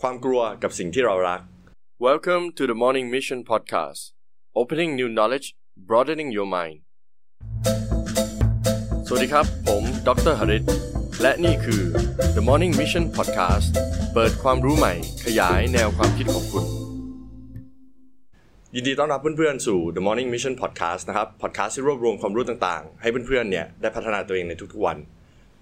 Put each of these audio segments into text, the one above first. ความกลัวกับสิ่งที่เรารัก Welcome to the Morning Mission Podcast. Opening new knowledge, broadening your mind. สวัสดีครับ ผมดรหริตและนี่คือ The Morning Mission Podcast เปิดความรู้ใหม่ขยายแนวความคิดของคุณ ยินดีต้อนรับเพื่อนๆ สู่ The Morning Mission Podcast นะครับ podcast ที่รวบรวมความรู้ต่างๆ ให้เพื่อนๆ เนี่ยได้พัฒนาตัวเองในทุกๆ วัน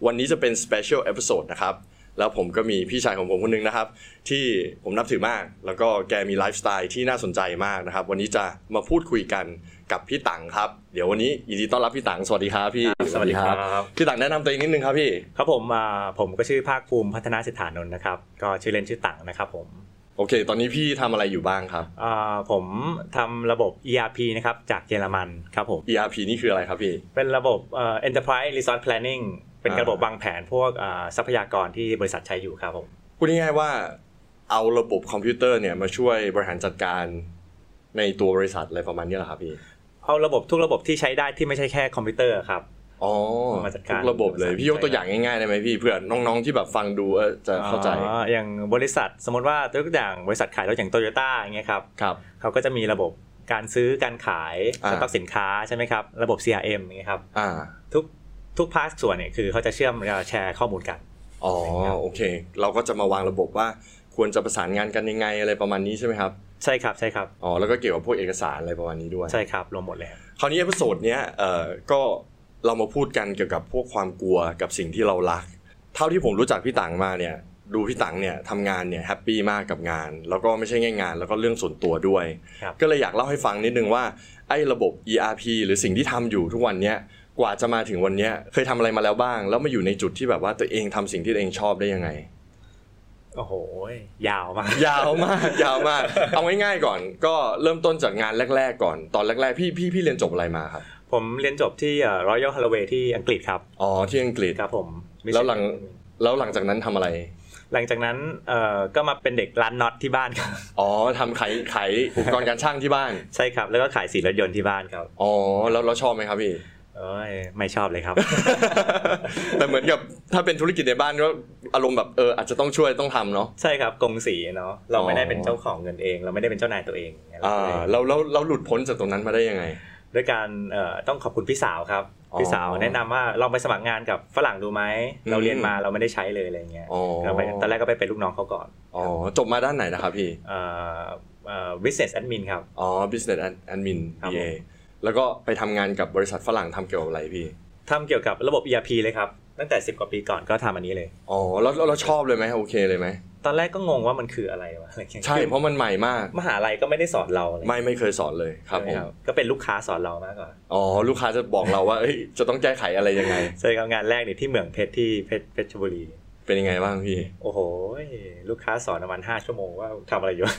วันนี้จะเป็น Special Episode นะครับ แล้วผมก็มีพี่ชายของผมคนหนึงนะครับ ที่ผมนับถือมาก แล้วก็แกมีไลฟ์สไตล์ที่น่าสนใจมากนะครับ วันนี้จะมาพูดคุยกันกับพี่ตังครับ เดี๋ยววันนี้ยินดีต้อนรับพี่ตังสวัสดีครับพี่ ครับสวัสดีครับ พี่ตังแนะนำตัวเองนิดนึงครับพี่ ครับผมอ่าผมก็ชื่อภาคภูมิพัฒนาสิทธานนท์นะครับก็ชื่อเล่นชื่อตังนะครับผม โอเค ตอนนี้พี่ทำอะไรอยู่บ้างครับ อ่าผมทำระบบ ERP นะครับจากเยอรมันครับผม ERP นี่คืออะไรครับพี่ เป็นระบบเอ่อ Enterprise Resource Planning เป็นระบบวางแผนพวกอ่าทรัพยากรที่บริษัทใช้อยู่ครับผม พูดง่ายๆว่าเอาระบบคอมพิวเตอร์เนี่ยมาช่วยบริหารจัดการในตัวบริษัทอะไรประมาณนี้เหรอครับพี่ เอาระบบทุกระบบที่ใช้ได้ที่ไม่ใช่แค่คอมพิวเตอร์ครับ อ๋อ มาจัด ทุ การ กระบบเลย บริษัท พี่ยกตัวอย่างง่ายๆได้ไหมพี่เพื่อนน้องๆที่แบบฟังดูเออจะเข้าใจ อ่าอย่างบริษัทสมมติว่าตัวอย่างบริษัทขายรถอย่างโตโยต้าอย่างเงี้ยครับ ครับ เขาก็จะมีระบบการซื้อการขาย อ่า สต็อกสินค้าใช่ไหมครับระบบ CRM อย่างเงี้ยครับ อ่า ทุกทุกภาคส่วนเนี่ยคือเขาจะเชื่อมเอ่อแชร์ข้อมูลกัน อ๋อ ครับ โอเค เราก็จะมาวางระบบว่าควรจะประสานงานกันยังไงอะไรประมาณนี้ใช่ไหมครับ ใช่ครับใช่ครับ อ๋อแล้วก็เกี่ยวกับพวกเอกสารอะไรประมาณนี้ด้วย ใช่ครับรวมหมดเลยครับ คราวนี้เอพิโซดเนี้ยเอ่อก็เรามาพูดกันเกี่ยวกับพวกความกลัวกับสิ่งที่เรารัก เท่าที่ผมรู้จักพี่ตังมาเนี่ยดูพี่ตังเนี่ยทำงานเนี่ยแฮปปี้มากกับงาน แล้วก็ไม่ใช่แค่งาน แล้วก็เรื่องส่วนตัวด้วย ครับ ก็เลยอยากเล่าให้ฟังนิดนึงว่าไอ้ระบบ ERP หรือสิ่งที่ทำอยู่ทุกวันเนี้ยกว่าจะมาถึงวันเนี้ยเคยทำอะไรมาแล้วบ้าง แล้วมาอยู่ในจุดที่แบบว่าตัวเองทำสิ่งที่ตัวเองชอบได้ยังไง โอ้โหยาวมาก ยาวมาก ยาวมากเอาง่ายๆก่อน ก็เริ่มต้นจากงานแรก ๆ ก่อนตอนแรกๆพี่พี่พี่เรียนจบอะไรมาครับ ผมเรียนจบที่เอ่อ Royal Holloway ที่อังกฤษครับ อ๋อที่อังกฤษ ครับผม แล้วหลัง แล้วหลังจากนั้นทำอะไร หลังจากนั้นเอ่อก็มาเป็นเด็กร้านน็อตที่บ้านครับ อ๋อทำขายขายอุปกรณ์การช่างที่บ้าน ใช่ครับแล้วก็ขายสีรถยนต์ที่บ้านครับ อ๋อ แล้วเราชอบไหมครับพี่ เอ้ยไม่ชอบเลยครับ แต่เหมือนกับถ้าเป็นธุรกิจในบ้านก็อารมณ์แบบเอออาจจะต้องช่วยต้องทำเนาะ ใช่ครับกงสีเนาะเราไม่ได้ อ๋อ เป็นเจ้าของเงินเอง เราไม่ได้เป็นเจ้านายตัวเองเนี่ย อ่าเราเราเราหลุดพ้นจากตรงนั้นมาได้ยังไง ด้วยการเอ่อต้องขอบคุณพี่สาวครับ อ๋อ พี่สาวแนะนำว่าลองไปสมัครงานกับฝรั่งดูไหมเรา อืม เรียนมาเราไม่ได้ใช้เลยอะไรอย่างเงี้ย อ๋อ ก็ไปตอนแรกก็ไปเป็นลูกน้องเขาก่อน อ๋อจบมาด้านไหนนะครับพี่ เอ่อเอ่อ business admin ครับ อ๋อ business Ad- admin ครับผม BA แล้วก็ไปทำงานกับบริษัทฝรั่งทำเกี่ยวกับอะไรพี่ ทำเกี่ยวกับระบบ ERP เลยครับ ตั้งแต่ 10 กว่าปีก่อนก็ทำอันนี้เลย อ๋อแล้วแล้วเราชอบเลยไหมโอเคเลยไหม ตอนแรกก็งงว่ามันคืออะไรวะอะไรเงี้ย ใช่ เพราะมันใหม่มาก มหาลัยก็ไม่ได้สอนเราอะไร ไม่ไม่เคยสอนเลยครับผ ใช่ ม ก็เป็นลูกค้าสอนเรามากกว่า อ๋อลูกค้าจะบอกเราว่าเอ้ยจะต้องแก้ไขอะไรยังไง ใช่ครับงานแรกเนี่ยที่เหมืองเพชรที่เพชรเพชรบุรี เป็นยังไงบ้างพี่ โอ้โห ลูกค้าสอนประมาณ5ชั่วโมงว่าทำอะไรอยู่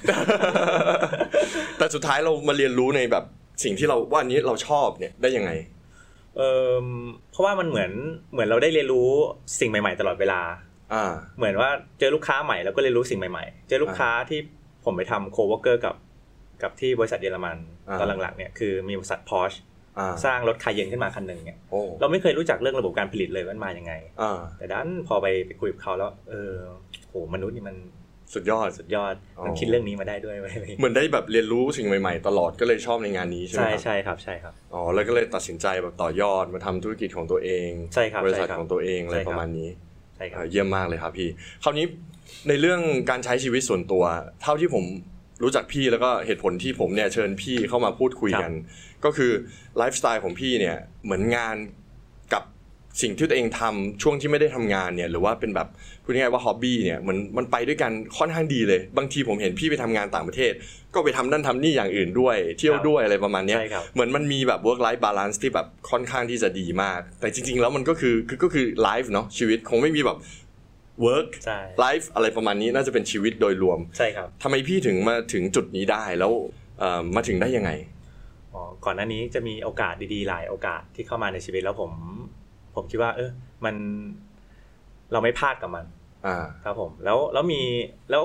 แต่สุดท้ายเรามาเรียนรู้ในแบบสิ่งที่เราว่าอันนี้เราชอบเนี่ยได้ยังไง เออเพราะว่ามันเหมือนเหมือนเราได้เรียนรู้สิ่งใหม่ ๆ ตลอดเวลา อ่า เหมือนว่าเจอลูกค้าใหม่แล้วก็เรียนรู้สิ่งใหม่ๆ เจอลูกค้าที่ผมไปทำโคเวอร์เกอร์กับกับที่บริษัทเยอรมัน อ่า ตอนหลังๆเนี่ยคือมีบริษัทพอช อ่า สร้างรถคายเยนขึ้นมาคันหนึ่งเนี่ย โอ้ เราไม่เคยรู้จักเรื่องระบบการผลิตเลยว่ามันมาอย่างไง อ่า แต่ดันพอไปไปคุยกับเขาแล้วเออโหมนุษย์นี่มัน สุดยอด สุดยอด อ๋อ มันคิดเรื่องนี้มาได้ด้วยไหมอะไรอย่าง เห เงี้ย มือนได้แบบเรียนรู้สิ่งใหม่ ๆ ตลอดก็เลยชอบในงานนี้ใช่ไหมคใช่รับ ใช่ครับใช่ครับ อ๋อแล้วก็เลยตัดสินใจแบบต่อยอดมาทำธุรกิจของตัวเอง ใช่ครับ ริษัท ใช่ครับ ของตัวเองอะไร ใช่ครับ ประมาณนี้ ใช่ครับ เอ่อเยี่ยมมากเลยครับพี่คราวนี้ในเรื่องการใช้ชีวิตส่วนตัว เท่าที่ผมรู้จักพี่แล้วก็เหตุผลที่ผมเนี่ยเชิญพี่เข้ามาพูดคุย ครับ กัน ก็คือไลฟ์สไตล์ของพี่เนี่ยเหมือนงานกับสิ่งที่ตัวเองทำช่วงที่ไม่ได้ทำงานเนี่ยหรือว่าเป็นแบบพูดง่ายๆว่าฮ็อบบี้เนี่ยเหมือนมันไปด้วยกันค่อนข้างดีเลย บางทีผมเห็นพี่ไปทำงานต่างประเทศ ก็ไปทำนั่นทำนี่อย่างอื่นด้วย เที่ยวด้วยอะไรประมาณเนี้ย ใช่ครับ เหมือนมันมีแบบ work life balance ที่แบบค่อนข้างที่จะดีมาก แต่จริง ๆ แล้วมันก็คือคือก็คือไลฟ์เนาะชีวิตคงไม่มีแบบ work ใช่ ไลฟ์อะไรประมาณนี้น่าจะเป็นชีวิตโดยรวม ใช่ครับ ทำไมพี่ถึงมาถึงจุดนี้ได้แล้วเอ่อมาถึงได้ยังไง อ๋อก่อนหน้านี้จะมีโอกาสดีๆ หลายโอกาสที่เข้ามาในชีวิตแล้วผม ผมคิดว่า เออมันเราไม่พลาดกับมัน อ่า ครับผมแล้วแล้วมีแล้ว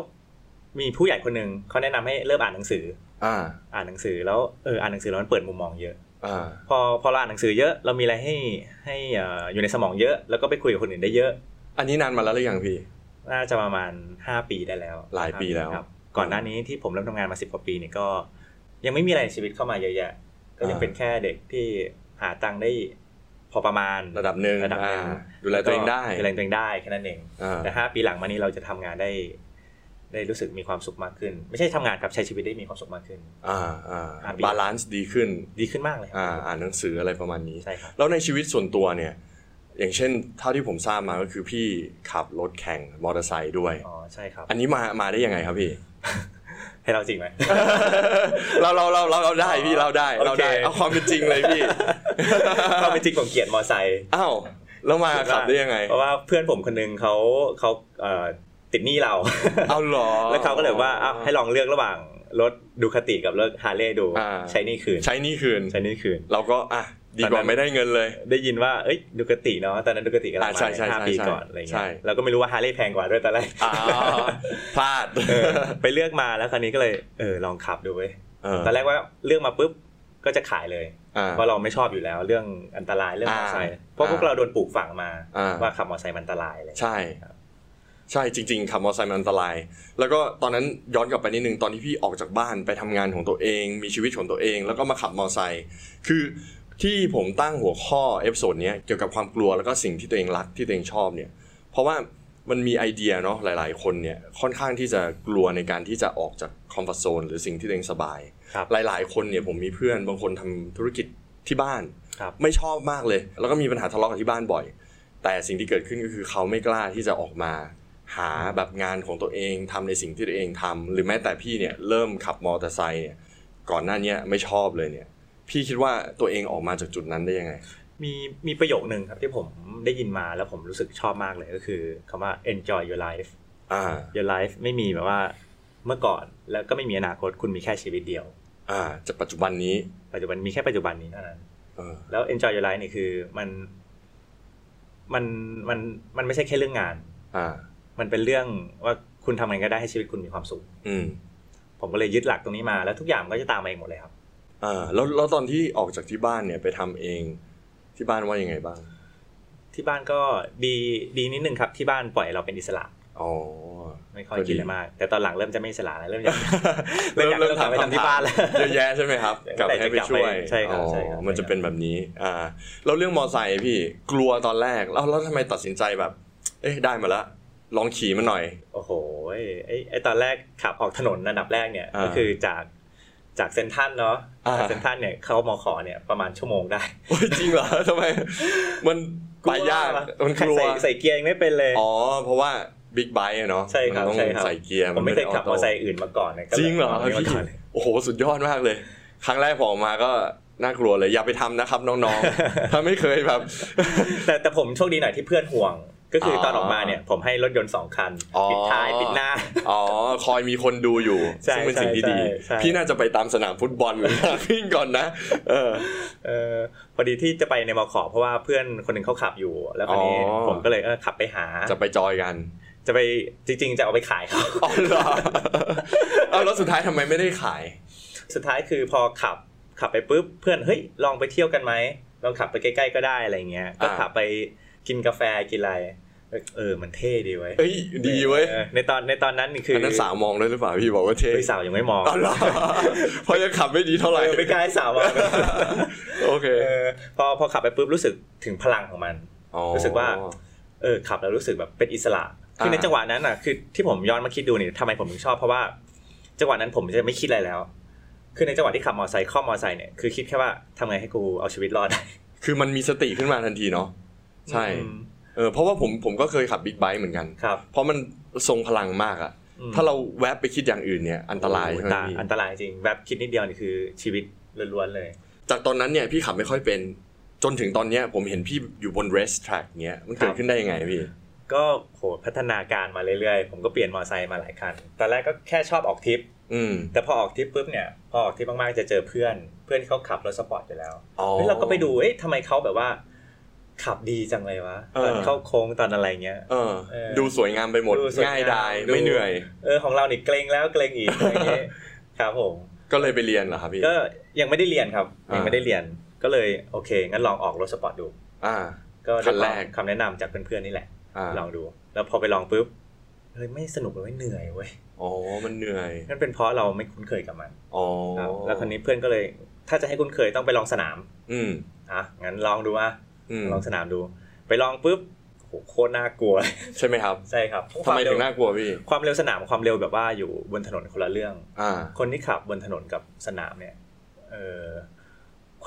มีผู้ใหญ่คนหนึ่งเขาแนะนำให้เริ่มอ่านหนังสือ อ่า อ่านหนังสือแล้วเอออ่านหนังสือแล้วมันเปิดมุมมองเยอะ อ่า พอพอเราอ่านหนังสือเยอะเรามีอะไรให้ให้เอ่ออยู่ในสมองเยอะ แล้วก็ไปคุยกับคนอื่นได้เยอะ อันนี้นานมาแล้วหรือยังพี่ น่าจะประมาณ 5 ปีได้แล้ว หลายปีแล้ว ครับก่อนหน้านี้ที่ผมเริ่มทำงานมา 10กว่าปีเนี่ยก็ ยังไม่มีอะไรในชีวิตเข้ามาเยอะแยะก็ยังเป็นแค่เด็กที่หาตังค์ได้พอประมาณ ระดับหนึ่ง ระดับหนึ่ง อ่าดูแลตัวเองได้ ดูแลตัวเองได้แค่นั้นเอง อ่า แต่ห้าปีหลังมานี้เราจะทำงานได้ ได้รู้สึกมีความสุขมากขึ้น ไม่ใช่ทำงานครับใช้ชีวิตได้มีความสุขมากขึ้น อ่าอ่า ห้าปี บาลานซ์ดีขึ้น ดีขึ้นมากเลยครั อ่าอ่านหนังสืออะไรประมาณนี้ ใช่ครับ แล้วในชีวิตส่วนตัวเนี่ย อย่างเช่นเท่าที่ผมทราบมาก็คือพี่ขับรถแข่งมอเตอร์ไซค์ด้วย อ๋อใช่ครับ อันนี้มามาได้ยังไงครับพี่ ให้เราจริงไหม เราเราเราเราเราได้พี่เราได้เราได้ โอเค เอาความเป็นจริงเลยพี่ เราเป็นจริงผมเกลียดมอไซค์ อ้าวแล้วมาขับได้ยังไง เพราะว่าเพื่อนผมคนหนึงเขาเขาเอ่อติดหนี้เรา เอาเหรอ แล้วเขาก็เลยว่าอ้าวให้ลองเลือกระหว่างรถดูคาติกับรถฮาร์เลย์ดู อ่า ใช้หนี่คืน ใช้หนี่คืน ใช้หนี่คืน เราก็อ่ะดีกว่าไม่ได้เงินเลย ได้ยินว่าเอ้ยดูคาติเนาะตอนนั้นดูคาติกำลัน อ่าใช่ใช่ ห้า ใช่ ปี ใช่ ก่อนอะไร ใช่ เงี้ยเราก็ไม่รู้ว่าฮาร์เลย์แพงกว่าด้วยตอนแรก อ่าพลาด เออไปเลือกมาแล้วคราวนี้ก็เลยเออลองขับดูเว้ย เออ ตอนแรกว่าเลือกมาปุ๊บก็จะขายเลย อ่า เพราะเราไม่ชอบอยู่แล้ว เรื่องอันตรายเรื่องมอเตอร์ไซค์ อ่า เพราะพวกเราโดนปลูกฝังมา อ่า ว่าขับมอเตอร์ไซค์มันอันตรายอะไร ใช่ ใช่จริงๆขับมอเตอร์ไซค์มันอันตราย แล้วก็ตอนนั้นย้อนกลับไปนิดนึงตอนที่พี่ออกจากบ้านไปทำงานของตัวเอง มีชีวิตของตัวเอง แล้วก็มาขับมอเตอร์ไซค์คือที่ผมตั้งหัวข้อเอพิโซดเนี้ยเกี่ยวกับความกลัวแล้วก็สิ่งที่ตัวเองรักที่ตัวเองชอบเนี่ย เพราะว่ามันมีไอเดียเนาะหลาย ๆ คนเนี่ยค่อนข้างที่จะกลัวในการที่จะออกจากคอมฟอร์ทโซนหรือสิ่งที่ตัวเองสบาย ครับ หลาย ๆ คนเนี่ยผมมีเพื่อนบางคนทำธุรกิจที่บ้าน ครับ ไม่ชอบมากเลย แล้วก็มีปัญหาทะเลาะกับที่บ้านบ่อย แต่สิ่งที่เกิดขึ้นก็คือเขาไม่กล้าที่จะออกมา หาแบบงานของตัวเองทำในสิ่งที่ตัวเองทำหรือแม้แต่พี่เนี่ยเริ่มขับมอเตอร์ไซค์เนี่ยก่อนหน้าเนี้ยไม่ชอบเลยเนี่ย พี่คิดว่าตัวเองออกมาจากจุดนั้นได้ยังไง มีมีประโยคหนึ่งครับที่ผมได้ยินมาแล้วผมรู้สึกชอบมากเลยก็คือคำว่า enjoy your life อ่า your life ไม่มีแบบว่าเมื่อก่อนแล้วก็ไม่มีอนาคตคุณมีแค่ชีวิตเดียว อ่าจากปัจจุบันนี้ ปัจจุบันมีแค่ปัจจุบันนี้เท่านั้น เออ แล้ว enjoy your life นี่คือมันมันมันมันไม่ใช่แค่เรื่องงาน อ่า มันเป็นเรื่องว่าคุณทำอะไรก็ได้ให้ชีวิตคุณมีความสุข อืม ผมก็เลยยึดหลักตรงนี้มาแล้วทุกอย่างก็จะตามมาเองหมดเลยครับ อ่าแล้วแล้วตอนที่ออกจากที่บ้านเนี่ยไปทำเองที่บ้านว่ายังไงบ้าง ที่บ้านก็ดีดีนิดนึงครับ ที่บ้านปล่อยเราเป็นอิสระ อ๋อ ไม่ค่อยคิดอะไรมาก แต่ตอนหลังเริ่มจะไม่อิสระแล้วเริ่มอยาก เริ่ เริ่มมอยาก เริ่ม กลับไป ทำ ทำที่บ้านแล้ว เยอะแยะใช่ไหมครับ เดี๋ยว กลับให้ไปช่วย ใช่ครับ อ๋อ ใช่ครับ มันจะเป็นแบบนี้อ่าแล้วเรื่องมอไซค์พี่กลัวตอนแรกแล้วแล้วทำไมตัดสินใจแบบ เอ๊ะได้มาละลองขี่มันหน่อย โอ้โหไอ้ไอ้ไอ้ตอนแรกขับออกถนนอันดับแรกเนี่ย อ่า ก็คือจากจากเซนทรันเนาะ อ่า จากเซนทรันเนี่ยเข้ามอขอเนี่ยประมาณชั่วโมงได้ โอ้ยจริงเหรอทำไม มันไปยากมันกลัว ใส่ใส่เกียร์ยังไม่เป็นเลย อ๋อเพราะว่าบิ๊กไบค์อะเนาะ ใช่ครับ มันต้อง ใช่ครับ ใส่เกียร์ ผมไม่เคยขับมอเตอร์ไซ ด้ ค์อื่นมาก่อนเลยก็ล จ ย ริงเหรอ ลงนี่ พี่ มาก่อนเลย โอ้โหสุดยอดมากเลย ครั้งแรกผมออกมาก็น่ากลัวเลยอย่าไปทำนะครับน้องๆ ถ้าไม่เคยแบบ แต่แต่ผมโชคดีหน่อยที่เพื่อนห่วง ก็คืออ อ ตอนออกมาเนี่ย ผมให้รถยนต์สองคัน อ๋อ ปิดท้ายปิดหน้า อ๋อ คอยมีคนดูอยู่ ใช่ ซึ่งเป็นสิ่งที่ดี ใช่ใช่ พี่น่าจะไปตามสนามฟุตบอลห รือวิ่งก่อนนะ เออ เออพอดีที่จะไปในมอขอเพราะว่าเพื่อนคนหนึ่งเขาขับอยู่ แล้วคนนี้ อ๋อ ผมก็เลยเออขับไปหา จะไปจอยกัน จะไปจริง ๆ จะเอาไปขายเขา อ๋อเหรอ เอาแล้วสุดท้ายทำไมไม่ได้ขาย สุดท้ายคือพอขับขับไปปุ๊บเพื่อนเฮ้ยลองไปเที่ยวกันไหมลองขับไปใกล้ๆก็ได้อะไรเงี้ยก็ อ่า ขับไปกินกาแฟกินอะไรเออมันเท่ดีเว้ย เอ้ย ดีเว้ย ออในตอนในตอนนั้นนี่คือ อั อน นั้นสาวมองด้วยหรือเปล่าพี่บอกว่าเท่ เฮ้ยสาวยังไม่มอง อ๋อเหรอ เพราะยังขับไม่ดีเท่าไหร่ เออไม่กล้าให้สาว มอง โอเค เออพอพอขับไปปุ๊บรู้สึกถึงพลังของมัน อ๋อ รู้สึกว่า เออขับแล้วรู้สึกแบบเป็นอิสระ คือใน อ่า จังหวะนั้นอ่ะคือที่ผมย้อนมาคิดดูเนี่ยทำไมผมถึงชอบเพราะว่าจังหวะนั้นผมจะไม่คิดอะไรแล้ว คือในจังหวะที่ขับมอเตอร์ไซค์ข้อมมอเตอร์ไซค์เนี่ยคือคิดแค่ว่าทำไงให้กูเอาชีวิตรอดได้ คือมันมีสติขึ้นมาทันทีเนาะ ใช่ อืม เออ เพราะว่าผมผมก็เคยขับบิ๊กไบค์เหมือนกัน ครับ เพราะมันทรงพลังมากอะ อืม ถ้าเราแวบไปคิดอย่างอื่นเนี่ยอันตรายใช่ไหม โอ้โห พี่ อันตรายจริงแบบคิดนิดเดียวนี่คือชีวิตล้วนๆเลย จากตอนนั้นเนี่ยพี่ขับไม่ค่อยเป็นจนถึงตอนเนี้ยผมเห็นพี่อยู่บน race track เนี้ยมันเกิด ครับ ขึ้นได้ยังไงพี่ ก็โหพัฒนาการมาเรื่อยๆ ผมก็เปลี่ยนมอเตอร์ไซค์มาหลายคันตอนแรกก็แค่ชอบออกทริป อืม แต่พอออกทริปปุ๊บเนี่ยพอออกทริปมากๆจะเจอเพื่อน เพื่อนที่เขาขับรถสปอร์ตอยู่แล้ว อ๋อ เฮ้ยเราก็ไปดูเอ๊ะทำไมเขาแบบว่า ขับดีจังเลยวะ เออ ตอนเข้าโค้งตอนอะไรเงี้ย เออ เออ ดูสวยงามไปหมด ดูสวยงาม ง่ายดาย ดู ไม่เหนื่อย เออของเรานี่เกรงแล้วเกรง อีกอะไรเงี้ยครับผม ก็เลยไปเรียนเหรอครับพี่ ก็ยังไม่ได้เรียนครับ อ่ายั ยังไม่ได้เรียนก็เลยโอเค งั้นลองออกรถสปอร์ตดู อ่า ก็ได้ คันแรก คำแนะนำจากเพื่อนๆนี่แหละ อ่า ลองดู แล้วพอไปลองปุ๊บ เฮ้ยไม่สนุกเลยเว้ยเหนื่อยเว้ย อ๋อมันเหนื่อย นั่นเป็นเพราะเราไม่คุ้นเคยกับมัน อ๋อ ครับแล้วคนนี้เพื่อนก็เลย ถ้าจะให้คุ้นเคยต้องไปลองสนาม อืม อ่ะงั้นลองดูอ่ะ อืม ลองสนามดู ไปลองปุ๊บโหโคตรน่ากลัว ใช่ไหมครับ ใช่ครับ ทำไมถึงน่ากลัวพี่ ความเร็วสนามกับความเร็วแบบว่าอยู่บนถนนคนละเรื่อง อ่า คนที่ขับบนถนนกับสนามเนี่ยเอ่อ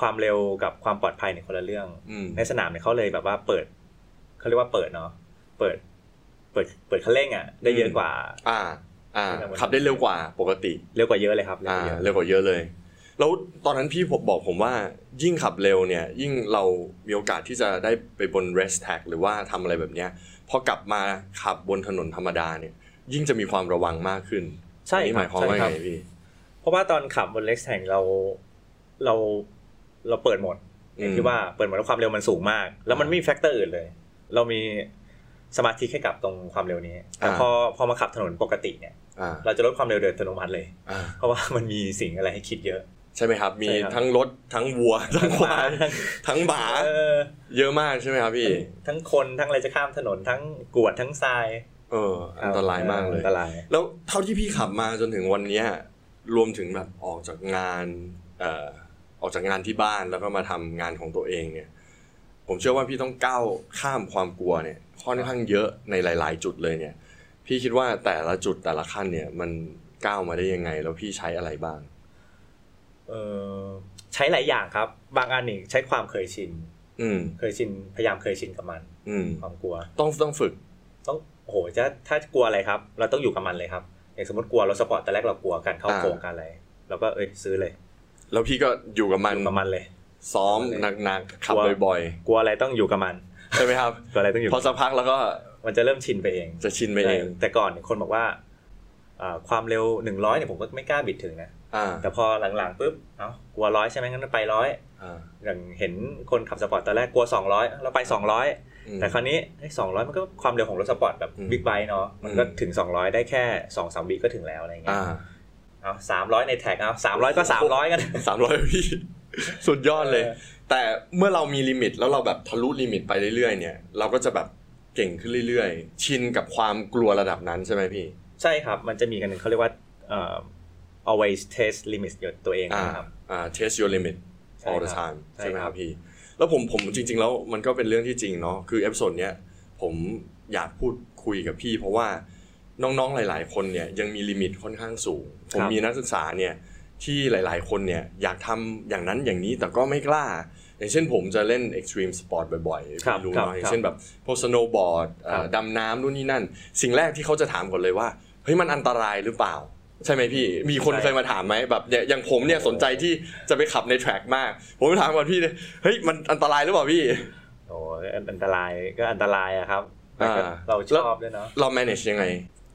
ความเร็วกับความปลอดภัยเนี่ยคนละเรื่อง อืม ในสนามเนี่ยเขาเลยแบบว่าเปิดเขาเรียกว่าเปิดเนาะเปิด เปิดเปิดคันเร่งอ่ะได้เยอะกว่า อ่า อ่า ขับได้เร็วกว่าปกติ เร็วกว่าเยอะเลยครับเร็ว อ่าก ว่าเร็วกว่าเยเยอะอะเลย แล้วตอนนั้นพี่ผมบอกผมว่ายิ่งขับเร็วเนี่ย ยิ่งเรามีโอกาสที่จะได้ไปบน rest tag หรือว่าทำอะไรแบบเนี้ยพอกลับมาขับบนถนนธรรมดาเนี่ย ยิ่งจะมีความระวังมากขึ้น ใช่ อันนี่หมายความว่า ใช่ ไง บ พี่ เพราะว่าตอนขับบนเล็กแห่งเราเราเราเปิดโหมดอย่างที่ว่าเปิดโหมดแล้วความเร็วมันสูงมาก แล้วมันไม่มีแฟกเตอร์อื่นเลย เรามีสมาธิแค่กับตรงความเร็วนี้แต่พอพอมาขับถนนปกติเนี่ย อ่า เราจะลดความเร็วโดยอัตโนมัติเลย อ่า เพราะว่ามันมีสิ่งอะไรให้คิดเยอะ ใช่ไหมครับ มี ใช่ครับ ทั้งรถทั้งวัว ทั้งควาย ทั้ง ทั้งหมา เออ เยอะมากใช่ไหมครับพี่ ทั้งคนทั้งอะไรจะข้ามถนนทั้งกวดทั้งทราย เอออันตรายมากเลย อันตราย แล้วเท่าที่พี่ขับมาจนถึงวันเนี้ยรวมถึงแบบออกจากงานเอ่อออกจากงานที่บ้านแล้วก็มาทำงานของตัวเองเนี่ย ผมเชื่อว่าพี่ต้องก้าวข้ามความกลัวเนี่ยค่อนข้างเยอะในหลาย ๆ จุดเลยเนี่ย พี่คิดว่าแต่ละจุดแต่ละขั้นเนี่ยมันก้าวมาได้ยังไง แล้วพี่ใช้อะไรบ้าง เออใช้หลายอย่างครับ บางอันนี่ใช้ความเคยชิน อืม เคยชินพยายามเคยชินกับมัน อืม ความกลัว ต้องต้องฝึก ต้องโอ้โหจะถ้ากลัวอะไรครับ เราต้องอยู่กับมันเลยครับอย่างสมมติกลัวรถสปอร์ตแต่แรกเรากลัวการเข้า อ่า โค้งการอะไรเราก็เอ้ยซื้อเลย แล้วพี่ก็อยู่กับมัน อยู่กับมันเลย ซ้อมหนักๆขับ กลัว บ่อย กลัวอะไรต้องอยู่กับมัน ๆใช่ไหมครับ กลัวอะไรต้องอยู่ พอสักพักแล้วก็ มันจะเริ่มชินไปเอง จะชินไปเอง ใช่แต่ก่อนเนี่ยคนบอกว่าอ่า ความเร็วหนึ่งร้อยเนี่ยผมก็ไม่กล้าบิดถึงนะ อ่า แต่พอหลังๆปุ๊บ เอ้ากลัวร้อยใช่ไหมงั้นไปร้อย อ่า อย่างเห็นคนขับสปอร์ตตอนแรกกลัวสองร้อยเราไปสองร้อย อืม แต่คราวนี้สองร้อยมันก็ความเร็วของรถสปอร์ตแบบ อืม บิ๊กไบค์เนาะมันก็ อืม ถึงสองร้อยได้แค่สองสามวิก็ถึงแล้วอะไรเงี้ย อ่า เอาสามร้อยในแท็กเอาสามร้อยก็สามร้อยกัน สามร้อยพี่ สุดยอด เลย เออ แต่เมื่อเรามีลิมิตแล้วเราแบบทะลุลิมิตไปเรื่อยๆ เนี่ย เราก็จะแบบเก่งขึ้นเรื่อยๆ ชินกับความกลัวระดับนั้นใช่ไหมพี่ ใช่ครับ มันจะมีกันหนึ่งเขาเรียกว่าเอ่อ always test limit อยู่ตัวเอง อ่า นะครับ อ่า test your limit ใช่ครับ all the time ใช่ ใช่ไหม ค ค รั รับ บพี่ แล้วผมผมจริง ๆ แล้วมันก็เป็นเรื่องที่จริงเนาะคือเอพิโซดเนี้ยผมอยากพูดคุยกับพี่ เพราะว่าน้องๆหลาย ๆ คนเนี่ยยังมีลิมิตค่อนข้างสูง ผมมีนักศึกษาเนี่ยที่หลาย ๆ คนเนี่ยอยากทำอย่างนั้นอย่างนี้แต่ก็ไม่กล้า อย่างเช่นผมจะเล่น Extreme Sport บ่อยๆ ครับ พี่รู้ ครับ เนาะอย่า คงรับ เช่นแบบพวกสโนว์บอร์ด ครับ ดำน้ำนู่นนี่นั่น สิ่งแรกที่เขาจะถามก่อนเลยว่าเฮ้ยมันอันตรายหรือเปล่า ใช่ไหมพี่ มีคน ใช่ เคยมาถามไหมแบบเนี่ยอย่างผมเนี่ยสนใจที่จะไปขับในแทร็กมาก ผมถามก่อนพี่เลยเฮ้ยมันอันตรายหรือเปล่าพี่ โอ้ยอันตรายก็อันตรายอะครับแต่ก็ อ่า เราชอบด้วยเนาะ เรา manage ยังไง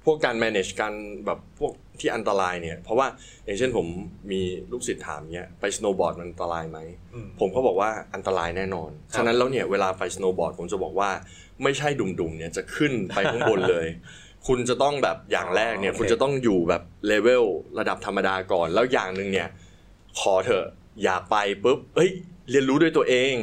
พวกการ manage การแบบพวกที่อันตรายเนี่ย เพราะว่าอย่างเช่นผมมีลูกศิษย์ถามเนี่ยไปสโนว์บอร์ดมันอันตรายไหม ผมก็บอกว่าอันตรายแน่นอน ครับ ฉะนั้นแล้วเนี่ยเวลาไปสโนว์บอร์ดผมจะบอกว่าไม่ใช่ดุมๆเนี่ยจะขึ้นไปข้างบนเลย คุณจะต้องแบบอย่างแรกเนี่ย อ๋อโอเค คุณจะต้องอยู่แบบเลเวลระดับธรรมดาก่อน แล้วอย่างหนึ่งเนี่ยขอเถอะอย่าไปปุ๊บเฮ้ยเรียนรู้ด้วยตัวเอง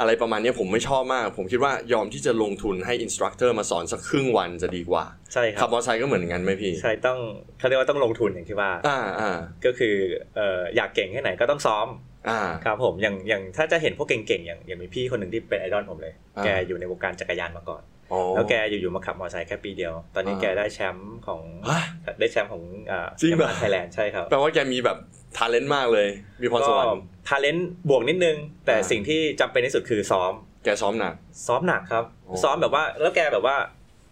อะไรประมาณเนี้ยผมไม่ชอบมาก ผมคิดว่ายอมที่จะลงทุนให้อินสตรัคเตอร์มาสอนสักครึ่งวันจะดีกว่า ใช่ค ขั รั บบ มอเตอร์ไซค์ก็เหมือนกันไหมพี่ ใช่ต้องเขาเรียกว่าต้องลงทุนอย่างที่ว่า อ่าอ่า ก็คือเอ่ออยากเก่งแค่ไหนก็ต้องซ้อม อ่า ครับผมอย่างอย่างถ้าจะเห็นพวกเก่งๆอย่างอย่างมีพี่คนหนึ่งที่เป็นไอดอลผมเลย อ่า แกอยู่ในวงการจักรยานมาก่อน อ๋อ แล้วแกอยู่ๆมาขับมอเตอร์ไซค์แค่ปีเดียว ตอนนี้ อ่า แกได้แชมป์ของ ฮะ ได้แชมป์ของอ่า จริงเหรอ ไทยแลนด์ใช่ครับ แปลว่าแกมีแบบทาเลนต์มากเลย มีพรสวรรค์ ทาเลนต์บวกนิดนึง แต่ อ่า สิ่งที่จำเป็นที่สุดคือซ้อม แกซ้อมหนัก ซ้อมหนักครับ โอ้ ซ้อมแบบว่าแล้วแกแบบว่า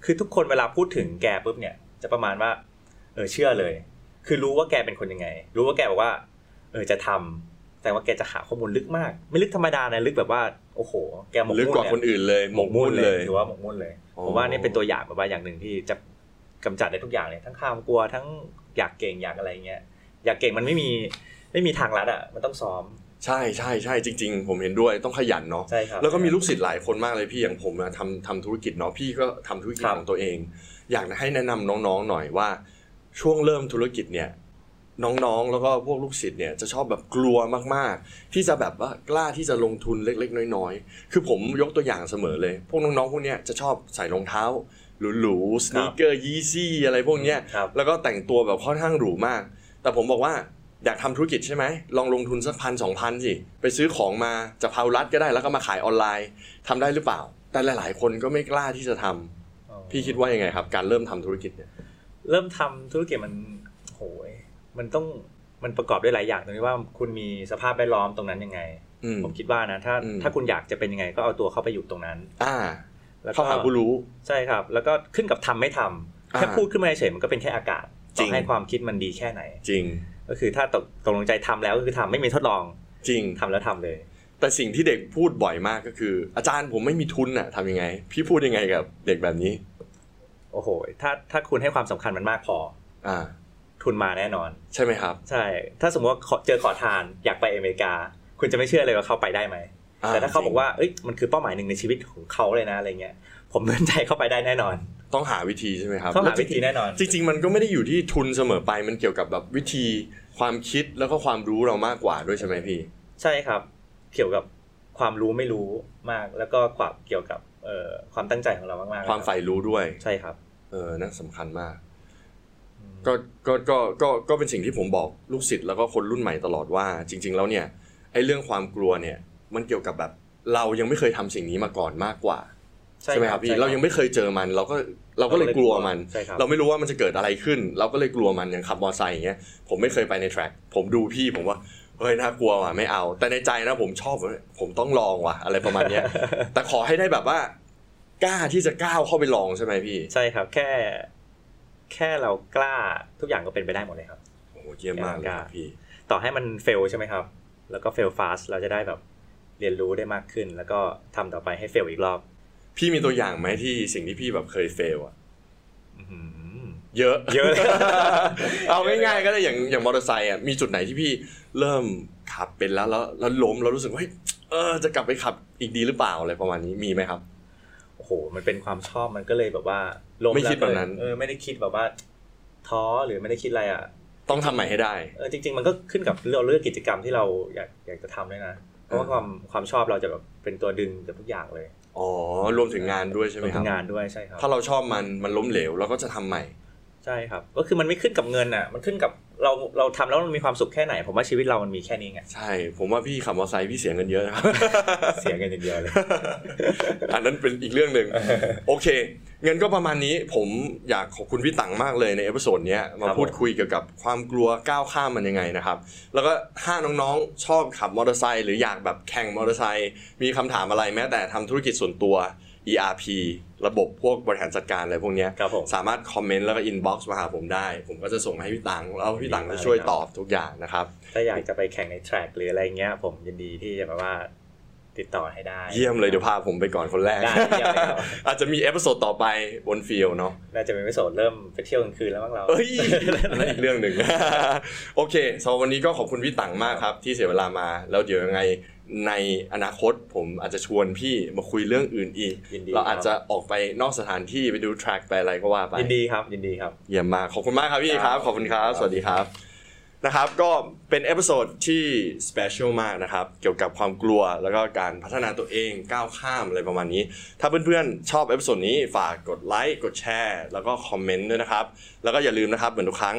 คือทุกคนเวลาพูดถึงแกปุ๊บเนี่ย จะประมาณว่า เออเชื่อเลย คือรู้ว่าแกเป็นคนยังไง รู้ว่าแกบอกว่า เออจะทำแต่ว่าแกจะหาข้อมูลลึกมาก ไม่ลึกธรรมดานะลึกแบบว่าโอ้โห แกหมก ลึก มุ่น กว่าคนอื่นเลยหมกมุ่นเลย ถือว่าหมกมุ่นเลย อ๋อ ผมว่านี่เป็นตัวอย่างแบบว่าอย่างหนึ่งที่จะกำจัดได้ทุกอย่างเลยทั้งความกลัวทั้งอยากเก่งอยากอะไรเงี้ยอยากเก่งมันไม่มีไม่มีทางลัดอ่ะมันต้องซ้อม ใช่ใช่ใช่จริง ๆ ผมเห็นด้วยต้องขยันเนาะ ใช่ครับ แล้วก็มีลูกศิษย์หลายคนมากเลยพี่อย่างผมอะทำทำธุรกิจเนาะพี่ก็ทำธุรกิจ ครับ ของตัวเอง อยากให้แนะนำน้องๆหน่อยว่า ช่วงเริ่มธุรกิจเนี่ย น้องๆ แล้วก็พวกลูกศิษย์เนี่ยจะชอบแบบกลัวมากๆ ที่จะแบบว่ากล้าที่จะลงทุนเล็กๆ น้อยๆ คือผมยกตัวอย่างเสมอเลย พวกน้องๆพวกเนี้ยจะชอบใส่รองเท้า หรูๆสน e เกอร์ยีซี่อะไรพวกเนี้ย ครับ แล้วก็แต่งตัวแบบค่อนข้างหรูมาก แต่ผมบอกว่าอยากทำธุรกิจใช่ไหม ลองลงทุนสักพันสองพันสิ ไปซื้อของมาจากพาวรัฐก็ได้แล้วก็มาขายออนไลน์ทำได้หรือเปล่า แต่หลาย ๆ คนก็ไม่กล้าที่จะทำ อ๋อ พี่คิดว่ายังไงครับ การเริ่มทำธุรกิจเนี่ย เริ่มทำธุรกิจมันโหยมันต้องมันประกอบด้วยหลายอย่างตรงนี้ว่าคุณมีสภาพแวดล้อมตรงนั้นยังไง อืม ผมคิดว่านะถ้า อืม ถ้าคุณอยากจะเป็นยังไงก็เอาตัวเข้าไปอยู่ตรงนั้น อ่า แล้วก็ เข้าหาผู้รู้ ใช่ครับ แล้วก็ขึ้นกับทำไม่ทำ อ่า แค่พูดขึ้นมาเฉยๆมันก็เป็นแค่อากาศ จริ ต่ ง อให้ความคิดมันดีแค่ไหน จริง ก็คือถ้าตกตกลงใจทำแล้วก็คือทำไม่มีทดลอง จริง ทำแล้วทำเลย แต่สิ่งที่เด็กพูดบ่อยมากก็คือ อาจารย์ผมไม่มีทุนน่ะทำยังไง พี่พูดยังไงกับเด็กแบบนี้ โอ้โห ถ้าถ้าคุณให้ความสำคัญมันมากพอ อ่า ทุนมาแน่นอน ใช่ไหมครับ ใช่ ถ้าสมมติว่าขอเจอขอทานอยากไปอเมริกา คุณจะไม่เชื่อเลยว่าเขาไปได้ไหม อ่ แต่ถ้าเขา จริง บอกว่าเอ้ยมันคือเป้าหมายหนึ่งในชีวิตของเขาเลยนะอะไรเงี้ย ผมมั่นใจเข้าไปได้แน่นอน ต้องหาวิธีใช่ไหมครับ เขาหา แล้ วิธีแน่นอน จริงๆจริง ๆ มันก็ไม่ได้อยู่ที่ทุนเสมอไปมันเกี่ยวกับแบบวิธีความคิดแล้วก็ความรู้เรามากกว่าด้วยใช่ไหมพี่ ใช่ครับ เกี่ยวกับความรู้ไม่รู้มาก แล้วก็ความเกี่ยวกับเอ่อความตั้งใจของเรามากๆ ความใฝ่รู้ด้วย ใช่ครับ เออนั่นสำคัญมาก ก็ก็ก็ก็ก็เป็นสิ่งที่ผมบอกลูกศิษย์แล้วก็คนรุ่นใหม่ตลอดว่า จริง ๆ แล้วเนี่ยไอ้เรื่องความกลัวเนี่ย มันเกี่ยวกับแบบเรายังไม่เคยทำสิ่งนี้มาก่อนมากกว่า ใช่ไหมครับพี่เรายังไม่เคยเจอมันเราก็เราก็เลยกลัวมัน ใช่ครับ เราไม่รู้ว่ามันจะเกิดอะไรขึ้น เราก็เลยกลัวมันอย่างขับมอเตอร์ไซค์อย่างเงี้ยผมไม่เคยไปในแทร็กผมดูพี่ผมว่าเฮ้ยน่ากลัวว่ะไม่เอา แต่ในใจนะผมชอบเว้ยผมต้องลองว่ะอะไรประมาณเนี้ย แต่ขอให้ได้แบบว่ากล้าที่จะก้าวเข้าไปลองใช่ไหมพี่ ใช่ครับแค่ แค่เรากล้าทุกอย่างก็เป็นไปได้หมดเลยครับ โอ้โหเยี่ยมมากเลยครับพี่ ต่อให้มันเฟลใช่ไหมครับ แล้วก็เฟลฟาสเราจะได้แบบเรียนรู้ได้มากขึ้น แล้วก็ทำต่อไปให้เฟลอีกรอบ พี่มีตัวอย่างไหมที่สิ่งที่พี่แบบเคยเฟลอะ อื้อหือ เยอะ เยอะเลย เอาง่ายๆก็ได้อย่างอย่างมอเตอร์ไซค์อ่ะมีจุดไหนที่พี่เริ่มขับเป็นแล้วแล้วแล้วล้มแล้วรู้สึกว่าเฮ้ยเออจะกลับไปขับอีกดีหรือเปล่าอะไรประมาณนี้มีไหมครับ โอ้โห มันเป็นความชอบมันก็เลยแบบว่าล้ม ไม่คิด ล้ว แบบนั้น เออไม่ได้คิดแบบว่า ท้อหรือไม่ได้คิดอะไรอ่ะ ต้องทำใหม่ให้ได้ เออจริงๆ มันก็ขึ้นกับเราเลือกกิจกรรมที่เราอยากอยากจะทำด้วยนะ เพราะว่า เออ ความความชอบเราจะแบบเป็นตัวดึงจากทุกอย่างเลย อ๋อรวมถึงงานด้วยใช่ไหม วคมถึ รับ งงานด้วยใช่ครับ ถ้าเราชอบมันมันล้มเหลวเราก็จะทำใหม่ ใช่ครับ ก็คือมันไม่ขึ้นกับเงินอ่ะ มันขึ้นกับเราเราทำแล้วมันมีความสุขแค่ไหน ผมว่าชีวิตเรามันมีแค่นี้ ไง ใช่ ผมว่าพี่ขับมอเตอร์ไซค์พี่เสียเงินเยอะ นะครับ เสียเงินอย่างเดียวเลย อันนั้นเป็นอีกเรื่องห นึ่งโอเคเงินก็ประมาณนี้ผมอยากขอบคุณพี่ตังมากเลยในเอพิโซดเนี้ยมา ครับผม พูดคุยเกี่ยวกับความกลัวก้าวข้ามมันยังไงนะครับ แล้วก็ถ้าน้องๆชอบขับมอเตอร์ไซค์หรืออยากแบบแข่งมอเตอร์ไซค์มีคำถามอะไรแม้แต่ทำธุรกิจส่วนตัว ERP ระบบพวกบริหารจัดการอะไรพวกเนี้ย ครับ ผม สามารถคอมเมนต์แล้วก็อินบ็อกซ์มาหาผมได้ ผมก็จะส่งให้พี่ตังแล้วพี่ตังก็ช่วยตอบทุกอย่างนะครับ ถ้าอยากจะไปแข่งในแทร็กหรืออะไรเงี้ย ผมยินดีที่จะแบบว่าติดต่อให้ได้ เยี่ยมเลยเดี๋ยวพาผมไปก่อนคนแรก ได้เยี่ยมเลยครับ อาจจะมีเอพิโซดต่อไปบนฟิลเนาะ น่าจะเป็นไม่โสดเริ่มไปเที่ยวกลางคืนแล้วบ้างเรา เอ้ย อันนั่นอีกเรื่องหนึ่ง โอเคสำหรับวันนี้ก็ขอบคุณพี่ตังมากครับ ที่เสียเวลามา แล้วเดี๋ยวยังไงในอนาคตผมอาจจะชวนพี่มาคุยเรื่องอื่นอีก ยินดี เราอาจจะออกไปนอกสถานที่ไปดูแทร็กไปอะไรก็ว่าไป ยินดีครับยินดีครับ เยี่ยมมาก ขอบคุณมากครับพี่ค ครั รับ บ ขอบคุณครับ สวัสดีครับ นะครับ ก็เป็นเอพิโซดที่สเปเชียลมากนะครับ เกี่ยวกับความกลัว แล้วก็การพัฒนาตัวเอง ก้าวข้ามอะไรประมาณนี้ ถ้าเพื่อนๆ ชอบเอพิโซดนี้ ฝากกดไลค์ กดแชร์ แล้วก็คอมเมนต์ด้วยนะครับ แล้วก็อย่าลืมนะครับ เหมือนทุกครั้ง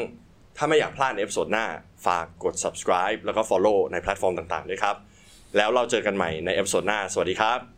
ถ้าไม่อยากพลาดเอพิโซดหน้า ฝากกด subscribe แล้วก็ follow ในแพลตฟอร์มต่างๆด้วยครับ แล้วเราเจอกันใหม่ในเอพิโซดหน้า สวัสดีครับ